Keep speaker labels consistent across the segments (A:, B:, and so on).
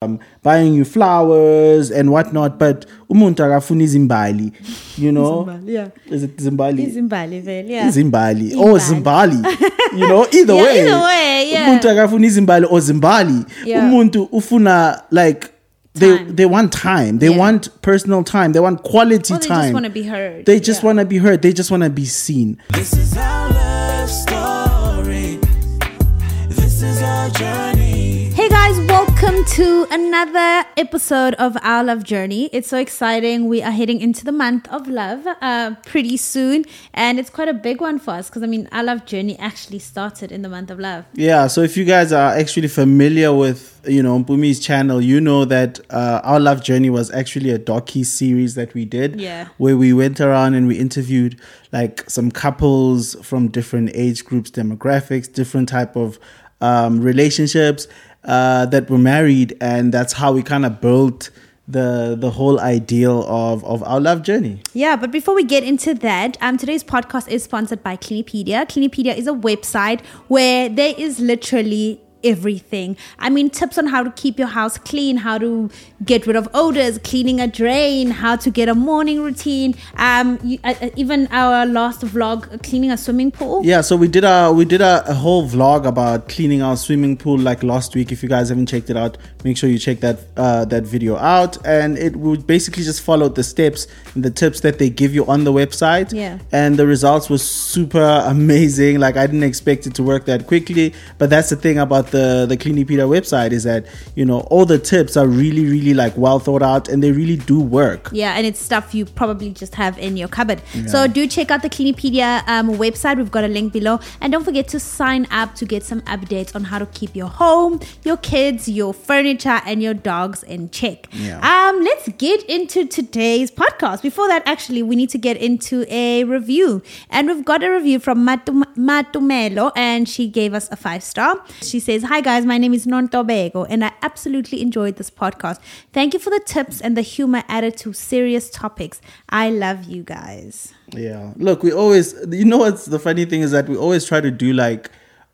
A: um, buying you flowers and whatnot but umuntu akafuna izimbali you know
B: Zimbali, yeah.
A: is it zimbali
B: Izimbali vele, yeah.
A: izimbali or zimbali you know either
B: Yeah,
A: way
B: either way, yeah.
A: umuntu akafuna izimbali or zimbali
B: Yeah.
A: umuntu ufuna like they,
B: Time.
A: they want time they
B: Yeah.
A: want personal time they want quality
B: Or Oh, they
A: time
B: just want to be heard.
A: they just
B: Yeah.
A: want to be heard they just want to be seen
C: This is our love story. This is our journey.
B: Hey guys, welcome to another episode of Our Love Journey. It's so exciting. We are heading into the month of love uh, pretty soon, and it's quite a big one for us because I mean, Our Love Journey actually started in the month of love.
A: Yeah, so if you guys are actually familiar with you know Mpumi's channel, you know that uh, our love journey was actually a docu series that we did,
B: Yeah.
A: where we went around and we interviewed like some couples from different age groups, demographics, different type of um, relationships uh, that were married, and that's how we kind of built the the whole ideal of of our love journey.
B: Yeah, but before we get into that, um, today's podcast is sponsored by Clinipedia. Clinipedia is a website where there is literally everything. I mean, tips on how to keep your house clean, how to get rid of odors, cleaning a drain, how to get a morning routine. Um, you, uh, uh, even our last vlog, uh, cleaning a swimming pool.
A: Yeah, so we did a we did a, a whole vlog about cleaning our swimming pool like last week. If you guys haven't checked it out, make sure you check that uh, that video out. And it would basically just followed the steps and the tips that they give you on the website.
B: Yeah.
A: And the results were super amazing. Like I didn't expect it to work that quickly. But that's the thing about the the Cleanipedia website is that you know all the tips are really really like well thought out and they really do work.
B: Yeah, and it's stuff you probably just have in your cupboard. So do check out the Clinipedia um, website. We've got a link below. And don't forget to sign up to get some updates on how to keep your home, your kids, your furniture, and your dogs in check.
A: Yeah.
B: Um, let's get into today's podcast. Before that, actually, we need to get into a review. And we've got a review from Matum- Matumelo, and she gave us a five star. She says, Hi guys, my name is Non Tobego, and I absolutely enjoyed this podcast. Thank you for the tips and the humor added to serious topics. I love you guys.
A: Yeah. Look, we always you know what's the funny thing is that we always try to do like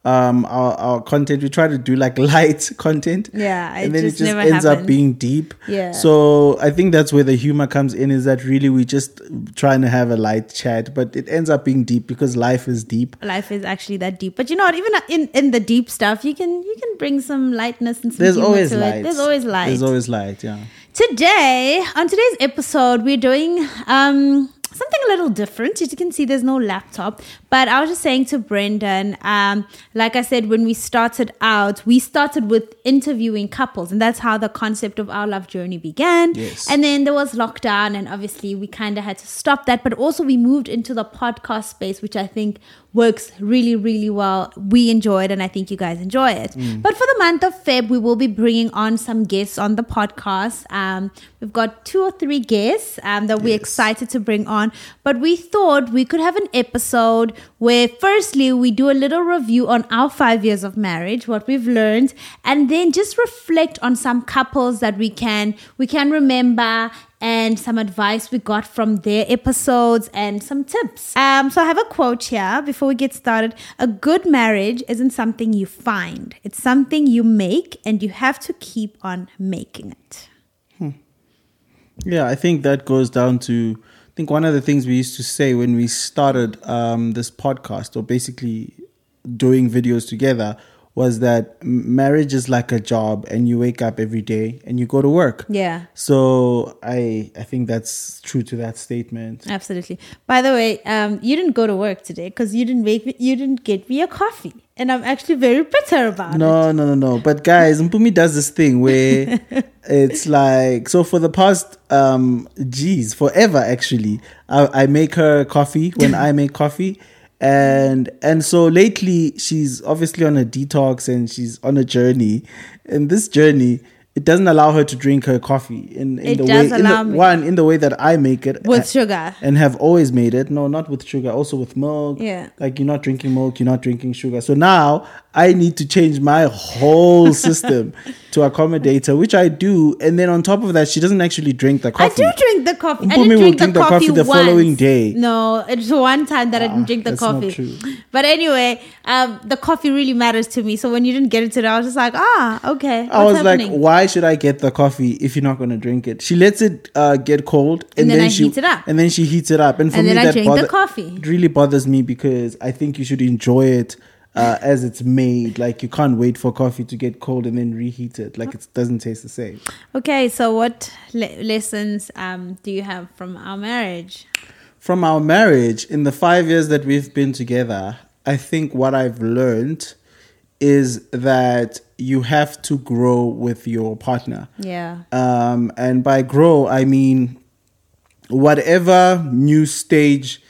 A: um our, our content we try to do like light content
B: Yeah, it
A: and then
B: just
A: it just
B: never
A: ends up
B: happened.
A: being deep
B: Yeah.
A: so i think that's where the humor comes in is that really we just trying to have a light chat but it ends up being deep because life is deep
B: Life is actually that deep, but you know what? Even in, in the deep stuff, you can you can bring some lightness and some
A: there's
B: humor
A: always
B: to
A: light
B: it. There's always light.
A: there's always light yeah
B: Today, on today's episode, we're doing um, something a little different. As you can see, there's no laptop, but I was just saying to Brendan, um, like I said, when we started out, we started with interviewing couples, and that's how the concept of our love journey began.
A: Yes.
B: And then there was lockdown, and obviously, we kind of had to stop that, but also we moved into the podcast space, which I think works really, really well. We enjoy it, and I think you guys enjoy it. But for the month of Feb, we will be bringing on some guests on the podcast. Um, we've got two or three guests um, that we're excited to bring on, but we thought we could have an episode where, firstly, we do a little review on our five years of marriage, what we've learned, and then just reflect on some couples that we can we can remember and some advice we got from their episodes and some tips. Um, so I have a quote here before we get started. A good marriage isn't something you find, it's something you make, and you have to keep on making it.
A: Yeah, I think that goes down to I think one of the things we used to say when we started um, this podcast or basically doing videos together was that m- marriage is like a job and you wake up every day and you go to work.
B: Yeah.
A: So I I think that's true to that statement.
B: Absolutely. By the way, um, you didn't go to work today because you didn't make me, you didn't get me a coffee, and I'm actually very bitter about it.
A: No, no, no, no. But guys, Mpumi does this thing where it's like so for the past um geez, forever actually. I, I make her coffee when I make coffee. And and so lately she's obviously on a detox and she's on a journey. And this journey it doesn't allow her to drink her coffee in, in
B: It
A: the
B: does
A: way in
B: allow
A: the,
B: me.
A: one in the way that I make it uh,
B: With sugar.
A: and have always made it. No, not with sugar, also with milk.
B: Yeah.
A: Like you're not drinking milk, you're not drinking sugar. So now I need to change my whole system to accommodate her, which I do. And then on top of that, she doesn't actually drink the
B: I
A: coffee.
B: do drink the coffee. I
A: Mpumi
B: didn't
A: will
B: drink,
A: drink
B: the,
A: the
B: coffee
A: coffee the
B: once.
A: following day.
B: No, it's one time that I didn't
A: Ah,
B: drink the
A: that's not
B: coffee.
A: true.
B: But anyway, um, the coffee really matters to me. So when you didn't get it today, I was just like, ah, okay.
A: I was
B: what's happening?
A: like, why should I get the coffee if you're not going to drink it? She lets it uh, get cold, and,
B: And then I
A: she
B: heat it up.
A: and then she heats it up, and for
B: And
A: me
B: then I
A: that
B: drink the
A: bother-
B: coffee.
A: it really bothers me because I think you should enjoy it uh, as it's made. Like you can't wait for coffee to get cold and then reheat it. Like it doesn't taste the same.
B: okay, so what le- lessons um, do you have from our marriage?
A: From our marriage, in the five years that we've been together, I think what I've learned is that you have to grow with your partner.
B: Yeah.
A: Um, and by grow, I mean whatever new stage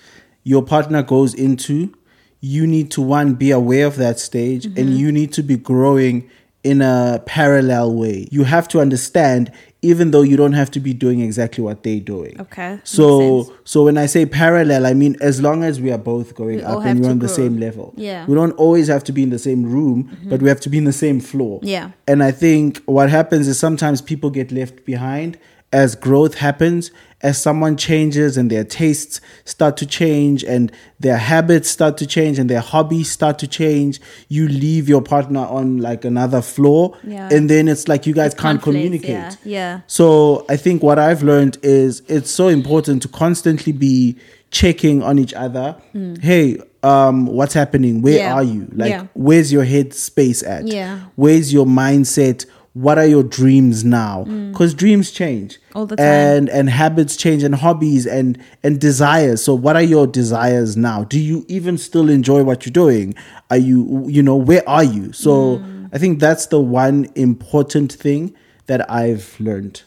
A: your partner goes into, you need to one be aware of that stage
B: Mm-hmm.
A: and you need to be growing in a parallel way. You have to understand, even though you don't have to be doing exactly what they're doing.
B: Okay, makes sense.
A: So so when I say parallel, I mean as long as we are both going
B: We all
A: up
B: have
A: and we're
B: to
A: on the
B: grow.
A: same level.
B: Yeah.
A: We don't always have to be in the same room, but we have to be in the same floor.
B: Mm-hmm. Yeah.
A: And I think what happens is sometimes people get left behind as growth happens, as someone changes and their tastes start to change and their habits start to change and their hobbies start to change, you leave your partner on like another floor
B: Yeah.
A: and then it's like you guys
B: It's
A: can't
B: conflicts,
A: communicate.
B: yeah, yeah.
A: So I think what I've learned is it's so important to constantly be checking on each other. Hey, um, what's happening? Where
B: Hmm. Yeah.
A: are you? Like,
B: Yeah.
A: where's your head space at?
B: Yeah.
A: Where's your mindset? What are your dreams now?
B: Hmm.
A: Because dreams change
B: All the time.
A: and and habits change, and hobbies and and desires. So, what are your desires now? Do you even still enjoy what you're doing? Are you you know where are you? So,
B: Mm.
A: I think that's the one important thing that I've learned.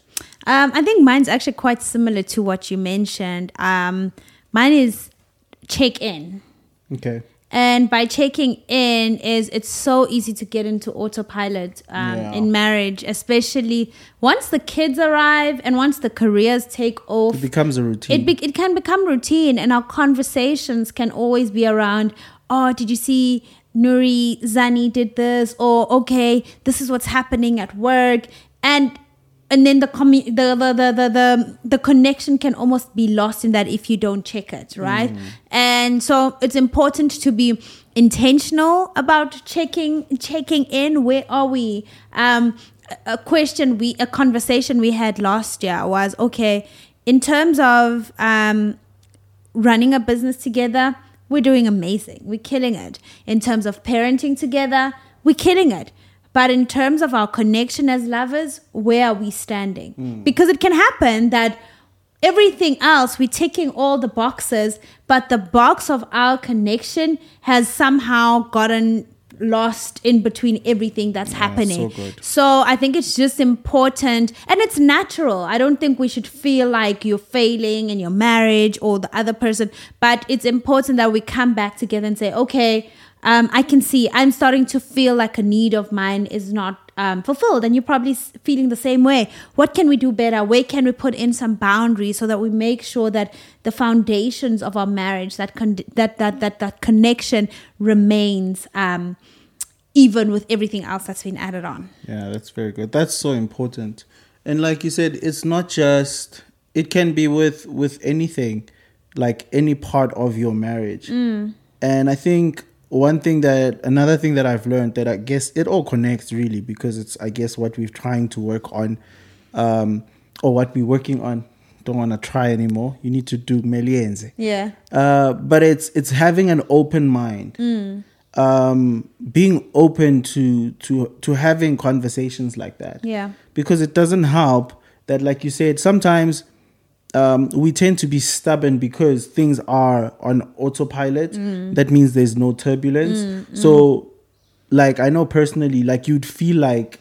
B: Um, I think mine's actually quite similar to what you mentioned. Um, mine is check in.
A: Okay.
B: And by checking in is it's so easy to get into autopilot um,
A: Yeah.
B: in marriage, especially once the kids arrive and once the careers take off.
A: It becomes a routine.
B: It, be- it can become routine, and our conversations can always be around, oh, did you see Nuri Zani did this? Or, okay, this is what's happening at work. And and then the, commu- the, the, the, the, the, the connection can almost be lost in that if you don't check it, right? And so it's important to be intentional about checking checking in. Where are we? Um, a- a question we, a conversation we had last year was okay, in terms of um, running a business together, we're doing amazing. We're killing it. In terms of parenting together, we're killing it. But in terms of our connection as lovers, where are we standing?
A: Hmm.
B: Because it can happen that everything else, we're ticking all the boxes, but the box of our connection has somehow gotten lost in between everything that's happening.
A: so good.
B: So I think it's just important and it's natural. I don't think we should feel like you're failing in your marriage or the other person, but it's important that we come back together and say, okay, um, I can see I'm starting to feel like a need of mine is not um, fulfilled. And you're probably s- feeling the same way. What can we do better? Where can we put in some boundaries so that we make sure that the foundations of our marriage, that con- that, that, that, that connection remains um, even with everything else that's been added on.
A: Yeah, that's very good. That's so important. And like you said, it's not just it can be with with anything, like any part of your marriage. And I think one thing that another thing that I've learned that I guess it all connects really because it's I guess what we're trying to work on um or what we're working on. Don't want to try anymore. You need to do melienze.
B: Yeah.
A: Uh, but it's it's having an open mind
B: Hmm.
A: um being open to to to having conversations like that
B: Yeah.
A: because it doesn't help that like you said sometimes um we tend to be stubborn because things are on autopilot
B: Hmm.
A: that means there's no turbulence so like i know personally like you'd feel like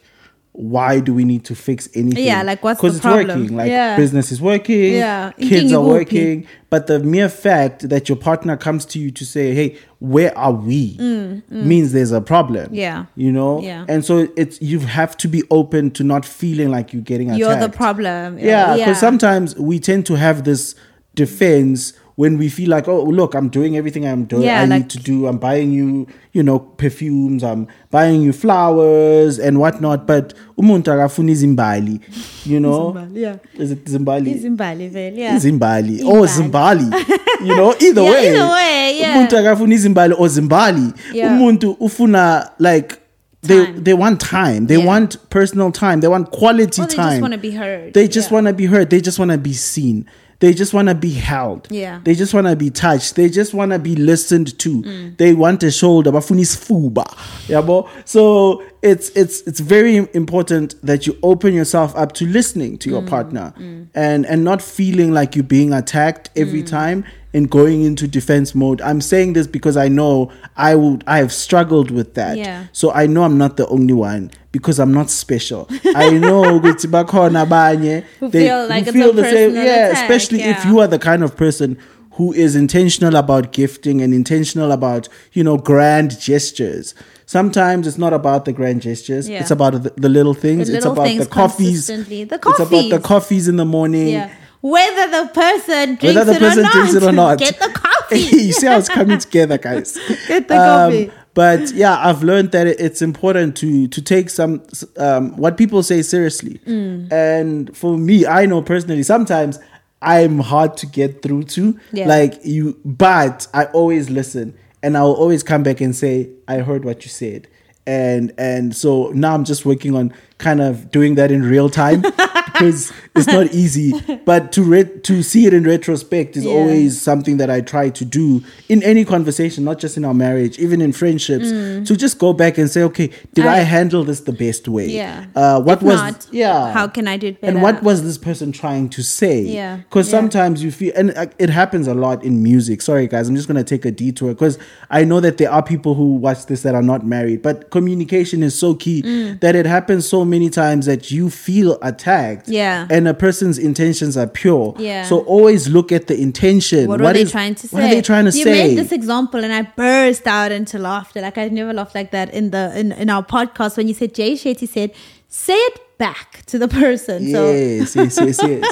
A: why do we need to fix anything
B: Yeah, like, what's the
A: because it's
B: problem?
A: working like
B: Yeah.
A: business is working
B: Yeah,
A: kids
B: inking
A: are
B: iguphi.
A: working but the mere fact that your partner comes to you to say hey where are we means there's a problem
B: Mm, Yeah.
A: you know
B: Yeah.
A: and so it's you have to be open to not feeling like you're getting attacked
B: You're the problem.
A: yeah because sometimes we tend to have this defense when we feel like, oh, look, I'm doing everything I'm doing.
B: Yeah,
A: I
B: like-
A: need to do. I'm buying you, you know, perfumes. I'm buying you flowers and whatnot. But umuntu akafuni zimbali, you know.
B: Zimbali, Oh. yeah.
A: Is it zimbali?
B: Zimbali vele, yeah.
A: Zimbali or
B: Zimbali.
A: Zimbali, you know, either
B: Yeah,
A: way.
B: either way, yeah.
A: Umuntu akafuni Zimbali or Zimbali.
B: Yeah.
A: Umuntu ufuna like they
B: Time.
A: they want time. They
B: Yeah.
A: want personal time. They want quality
B: Or they
A: time.
B: just want to be heard.
A: They just
B: Yeah.
A: want to be heard. They just want to be seen. They just want to be held.
B: Yeah.
A: They just want to be touched. They just want to be listened to.
B: Mm.
A: They want a shoulder. Bafuni sfuba. Yabo. So it's it's it's very important that you open yourself up to listening to your
B: Mm.
A: partner and and not feeling like you're being attacked every
B: Mm.
A: time and going into defense mode. I'm saying this because I know I would I have struggled with that.
B: Yeah.
A: So I know I'm not the only one because I'm not special. I know ukuthi bakhona abanye
B: Who feel like
A: who
B: it's a personal
A: Yeah,
B: attack,
A: especially if
B: yeah.
A: you are the kind of person who is intentional about gifting and intentional about you know grand gestures. Sometimes it's not about the grand gestures.
B: Yeah.
A: It's about the, the little things.
B: The
A: it's
B: little
A: about
B: things
A: the coffees.
B: consistently. The
A: It's about the
B: coffees.
A: coffees in the morning.
B: Yeah. Whether the person drinks,
A: Whether the
B: it,
A: person
B: or not,
A: drinks it or not.
B: Get the coffee.
A: you see how it's coming together, guys. Um,
B: Get the coffee.
A: But yeah, I've learned that it- it's important to to take some um, what people say seriously. And for me, I know personally, sometimes I'm hard to get through to.
B: Yeah.
A: Like you, but I always listen, and I will always come back and say, "I heard what you said." And and so now I'm just working on kind of doing that in real time because it's not easy. But to re- to see it in retrospect is
B: Yeah.
A: always is something that I try to do in any conversation, not just in our marriage, even in friendships, to just go back and say, okay, did I,
B: Mm. I-
A: handle this the best way?
B: Yeah.
A: Uh, what
B: If
A: was
B: not,
A: yeah?
B: how can I do it
A: And what
B: better?
A: was this person trying to say?
B: Yeah.
A: Because
B: Yeah.
A: sometimes you feel, and uh, it happens a lot in music. Sorry, guys, I'm just gonna take a detour because I know that there are people who watch this that are not married, but communication is so key
B: Mm.
A: that it happens so many times that you feel attacked.
B: Yeah.
A: And a person's intentions are pure.
B: Yeah.
A: So always look at the intention. What
B: What, were they
A: is-
B: trying to say?
A: What are they trying to
B: you
A: say?
B: made this example, and I burst out into laughter. Like I've never laughed like that in the in, in our podcast. When you said Jay Shetty said, "Say it back to the person." So
A: yes, yes, yes, yes.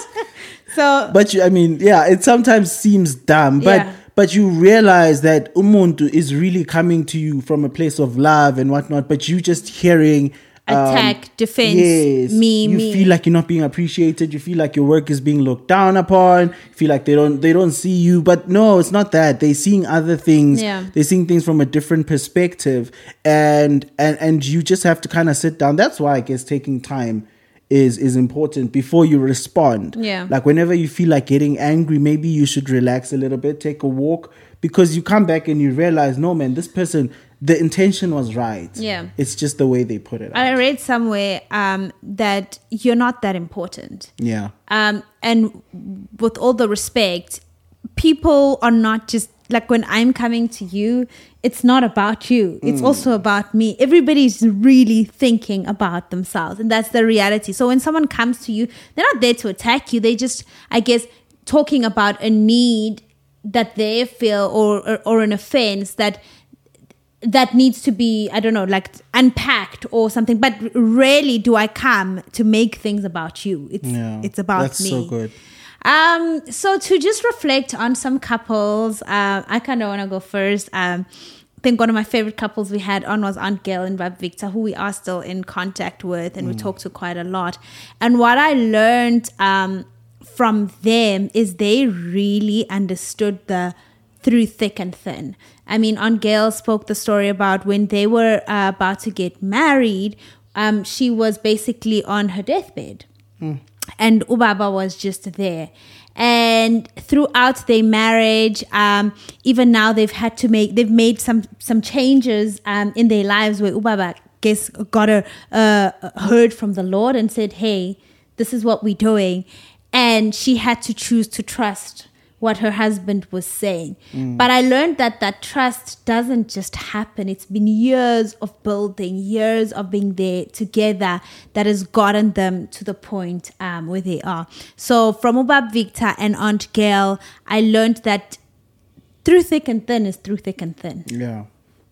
B: so
A: but you, I mean, yeah, it sometimes seems dumb, but
B: Yeah.
A: but you realize that umuntu is really coming to you from a place of love and whatnot. But you just hearing um,
B: attack, defense,
A: Yes,
B: me,
A: you
B: me.
A: feel like you're not being appreciated. You feel like your work is being looked down upon. You feel like they don't they don't see you. But no, it's not that they're seeing other things.
B: Yeah.
A: they're seeing things from a different perspective, and and and you just have to kind of sit down. That's why I guess taking time is is important before you respond.
B: Yeah.
A: like whenever you feel like getting angry, maybe you should relax a little bit, take a walk, because you come back and you realize, no man, this person. The intention was right.
B: Yeah.
A: It's just the way they put it.
B: I read somewhere um, that you're not that important.
A: yeah.
B: um, and with all the respect, people are not just like when I'm coming to you, it's not about you. It's also about me. Everybody's really thinking about themselves, and that's the reality. So when someone comes to you, they're not there to attack you. They just, I guess, talking about a need that they feel or or, or an offense that that needs to be i don't know like unpacked or something but rarely do i come to make things about you it's
A: Yeah.
B: it's about
A: That's
B: me
A: so good.
B: um so to just reflect on some couples uh, i kind of want to go first um I think one of my favorite couples we had on was Aunt Gail and Rob Victor, who we are still in contact with and we talk to quite a lot. And what I learned um, from them is they really understood the through thick and thin. I mean, on Gail spoke the story about when they were uh, about to get married, um, she was basically on her deathbed and Ubaba was just there. And throughout their marriage, um, even now they've had to make they've made some some changes um, in their lives where Ubaba guess got a uh, heard from the Lord and said, "Hey, this is what we're doing," and she had to choose to trust what her husband was saying. But I learned that that trust doesn't just happen. It's been years of building, years of being there together that has gotten them to the point um, where they are. So from Ubab Victor and Aunt Gail, I learned that through thick and thin is through thick and thin.
A: Yeah.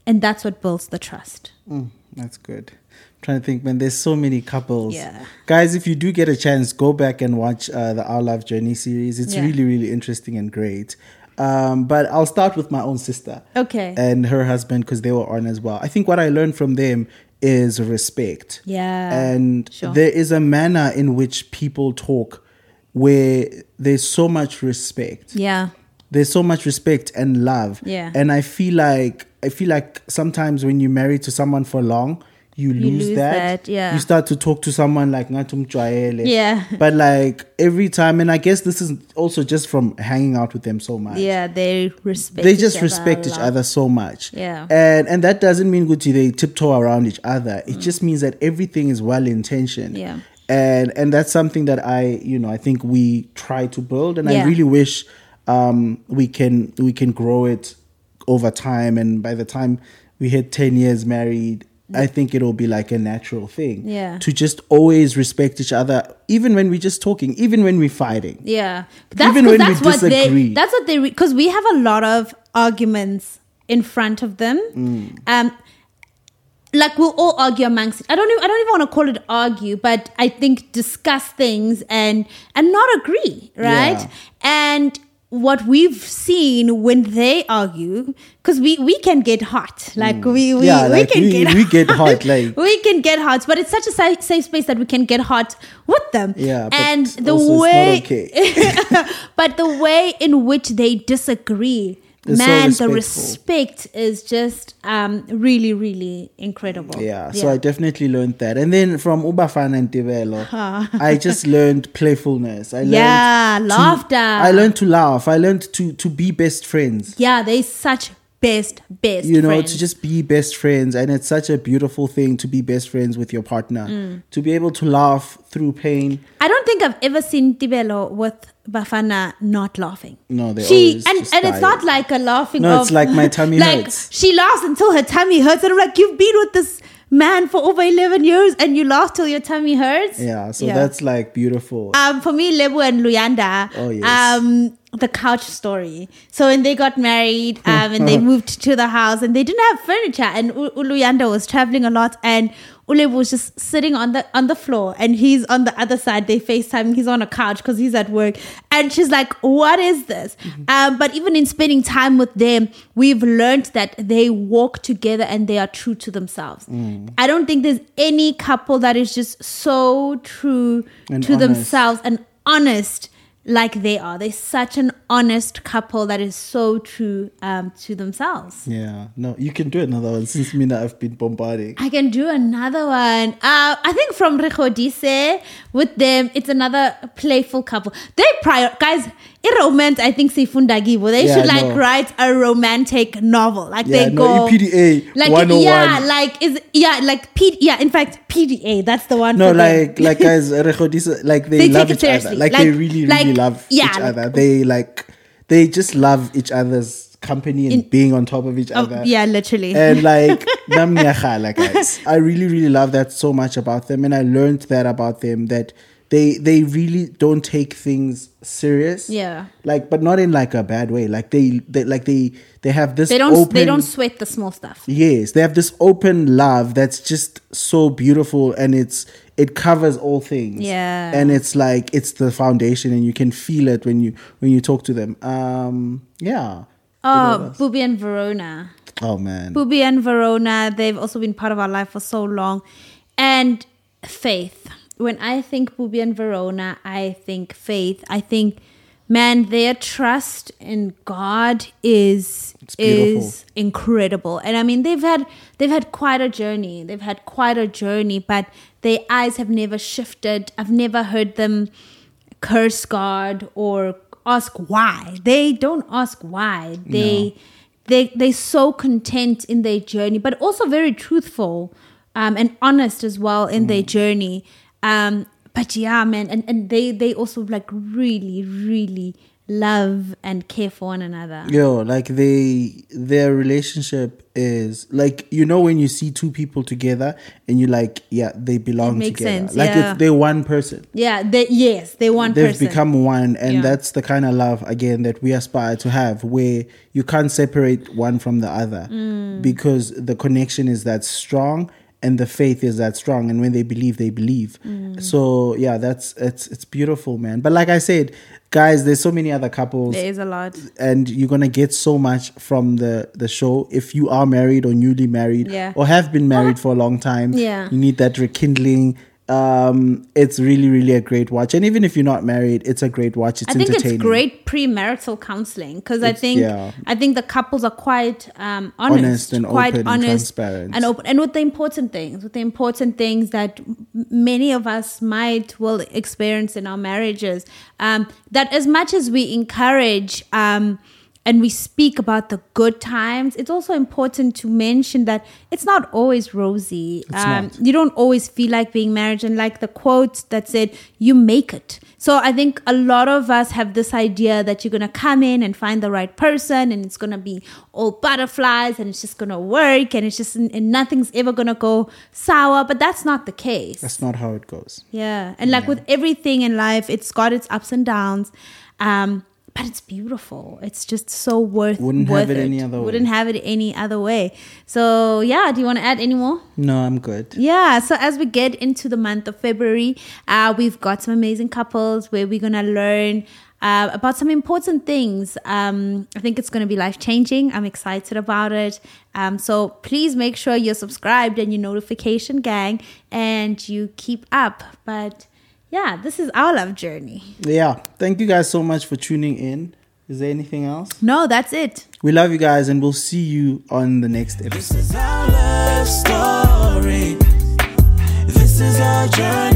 B: And that's what builds the trust.
A: Mm, that's good. I'm trying to think, man. There's so many couples.
B: Yeah.
A: Guys, if you do get a chance, go back and watch uh, the Our Love Journey series. It's
B: Yeah.
A: really, really interesting and great. Um, but I'll start with my own sister.
B: Okay.
A: And her husband because they were on as well. I think what I learned from them is respect.
B: Yeah,
A: And
B: sure.
A: there is a manner in which people talk where there's so much respect
B: Yeah.
A: there's so much respect and love.
B: Yeah.
A: And I feel like I feel like sometimes when you're married to someone for long, you lose,
B: lose
A: that.
B: that, yeah.
A: You start to talk to someone like Natumjwayele.
B: Yeah.
A: But like every time and I guess this is also just from hanging out with them so much.
B: Yeah, they respect.
A: They
B: each
A: just
B: other a
A: respect each
B: lot.
A: other so much.
B: Yeah.
A: And and that doesn't mean Gucci they tiptoe around each other. It just means that everything is well intentioned.
B: Yeah.
A: And and that's something that I, you know, I think we try to build and I
B: Yeah.
A: really wish um we can we can grow it over time and by the time we hit 10 years married I think it'll be like a natural thing.
B: Yeah.
A: To just always respect each other, even when we're just talking, even when we're fighting.
B: Yeah, that's
A: Even
B: 'cause
A: when we
B: that's what
A: disagree.
B: they. That's what they. Because we have a lot of arguments in front of them.
A: Mm.
B: Um, like we'll all argue amongst. I don't. Even, I don't even want to call it argue, but I think discuss things and and not agree, right?
A: Yeah.
B: And what we've seen when they argue, because we we can get hot. Like we we,
A: Mm. Yeah,
B: we
A: like,
B: can
A: we-
B: get
A: we get hot, like-
B: we can get hot, but it's such a safe, safe space that we can get hot with them.
A: Yeah. but
B: and the
A: also
B: way
A: it's not okay.
B: but the way in which they disagree,
A: It's so
B: man, the
A: respectful.
B: respect is just um, really, really incredible.
A: Yeah, so I definitely learned that. And then from Ubafana and Tivelo,
B: Ah.
A: I just learned playfulness. I learned
B: Yeah,
A: to-
B: laughter.
A: I learned to laugh. I learned to to be best friends.
B: yeah, they such best, best.
A: You know,
B: friends.
A: to just be best friends, and it's such a beautiful thing to be best friends with your partner.
B: Mm.
A: To be able to laugh through pain.
B: I don't think I've ever seen Tibelo with Bafana not laughing.
A: No, they
B: she
A: always
B: and
A: just
B: and it's not
A: tired.
B: like a laughing.
A: No,
B: of,
A: it's like my tummy
B: like,
A: hurts.
B: She laughs until her tummy hurts, and I'm like, you've been with this man for over eleven years, and you laugh till your tummy hurts.
A: Yeah, so that's like beautiful.
B: um, for me, Lebu and Luyanda,
A: Oh, yes.
B: um, the couch story. So when they got married um, and they moved to the house and they didn't have furniture and U- U- Luyanda was traveling a lot and Ulebu was just sitting on the on the floor and he's on the other side. They FaceTime. He's on a couch because he's at work. And she's like, what is this?
A: Mm-hmm.
B: Um, but even in spending time with them, we've learned that they walk together and they are true to themselves.
A: Mm.
B: I don't think there's any couple that is just so true
A: And
B: to
A: honest.
B: themselves and honest like they are. They're such an honest couple that is so true um, to themselves.
A: yeah, no, you can do another one since Mina, I've been bombarding.
B: I can do another one. Uh, I think from Rekodise with them, it's another playful couple. They prior guys in romance. I think Sifundagi, they
A: Yeah,
B: should
A: I
B: like
A: know.
B: write a romantic novel. Like
A: Yeah, no,
B: they
A: E
B: go
A: EPDA
B: like
A: 101.
B: yeah, like is yeah, like P yeah. In fact, PDA. That's the one.
A: No,
B: for them.
A: like like guys, Rekodisa, like they,
B: They take
A: love
B: it
A: each other.
B: seriously.
A: Like, they
B: Like-
A: really, really
B: like,
A: love
B: yeah,
A: each
B: like-
A: other. They like they just love each other's company and
B: In-
A: being on top of each
B: Oh,
A: other.
B: yeah, literally.
A: And like namnyakhala guys. I really, really love that so much about them. And I learned that about them that they they really don't take things serious.
B: Yeah.
A: Like but not in like a bad way. Like they, they like they they have this
B: they don't
A: open
B: they don't sweat the small stuff.
A: Yes, they have this open love that's just so beautiful and it's it covers all things.
B: Yeah.
A: And it's like it's the foundation and you can feel it when you when you talk to them. Um yeah.
B: Oh, Booby and Verona.
A: Oh man.
B: Booby and Verona, they've also been part of our life for so long. And faith. When I think Booby and Verona, I think faith. I think, man, their trust in God is
A: It's beautiful.
B: is incredible. And I mean, they've had they've had quite a journey. They've had quite a journey, but their eyes have never shifted. I've never heard them curse God or ask why. They don't ask why. They they they're so content in their journey, but also very truthful um, and honest as well in their journey. Um, but yeah, man, and, and they they also like really really love and care for one another.
A: Yo, like they their relationship is like you know when you see two people together and you're like, yeah, they belong
B: makes
A: together.
B: sense,
A: like
B: yeah.
A: it's they're one person.
B: Yeah, they yes, they one
A: they've
B: person.
A: become one and
B: Yeah.
A: that's the kind of love again that we aspire to have where
B: Mm.
A: you can't separate one from the other because the connection is that strong and the faith is that strong and when they believe they believe
B: Mm.
A: so yeah that's it's it's beautiful man but like i said guys there's so many other couples
B: There is a lot.
A: and you're gonna get so much from the the show if you are married or newly married
B: Yeah.
A: or have been married for a long time
B: Yeah.
A: you need that rekindling um it's really really a great watch and even if you're not married it's a great watch it's
B: I think it's
A: entertaining
B: great premarital counseling because I
A: It's-
B: think
A: yeah.
B: I think the couples are quite um, honest,
A: Honest and
B: quite
A: open and
B: honest
A: transparent.
B: and open, and with the important things, with the important things that m- many of us might will experience in our marriages. Um, that as much as we encourage. Um, and we speak about the good times. It's also important to mention that it's not always rosy. um,
A: not.
B: you don't always feel like being married and like the quote that said you make it so i think a lot of us have this idea that you're going to come in and find the right person and it's going to be all butterflies and it's just going to work and it's just and nothing's ever going to go sour but that's not the case
A: that's not how it goes
B: yeah and like with everything in life it's got its ups and downs um but it's beautiful. It's just so worth.
A: Wouldn't
B: worth
A: have it any other way.
B: Wouldn't have it any other way. So yeah, do you want to add any more?
A: no i'm good
B: Yeah, so as we get into the month of February, uh, we've got some amazing couples where we're going to learn uh, about some important things. Um, I think it's going to be life changing. I'm excited about it. Um, so please make sure you're subscribed and your notification gang and you keep up. But yeah, this is our love journey.
A: yeah thank you guys so much for tuning in is there anything else
B: No, that's it.
A: we love you guys and we'll see you on the next episode
C: This is our love story. This is our journey.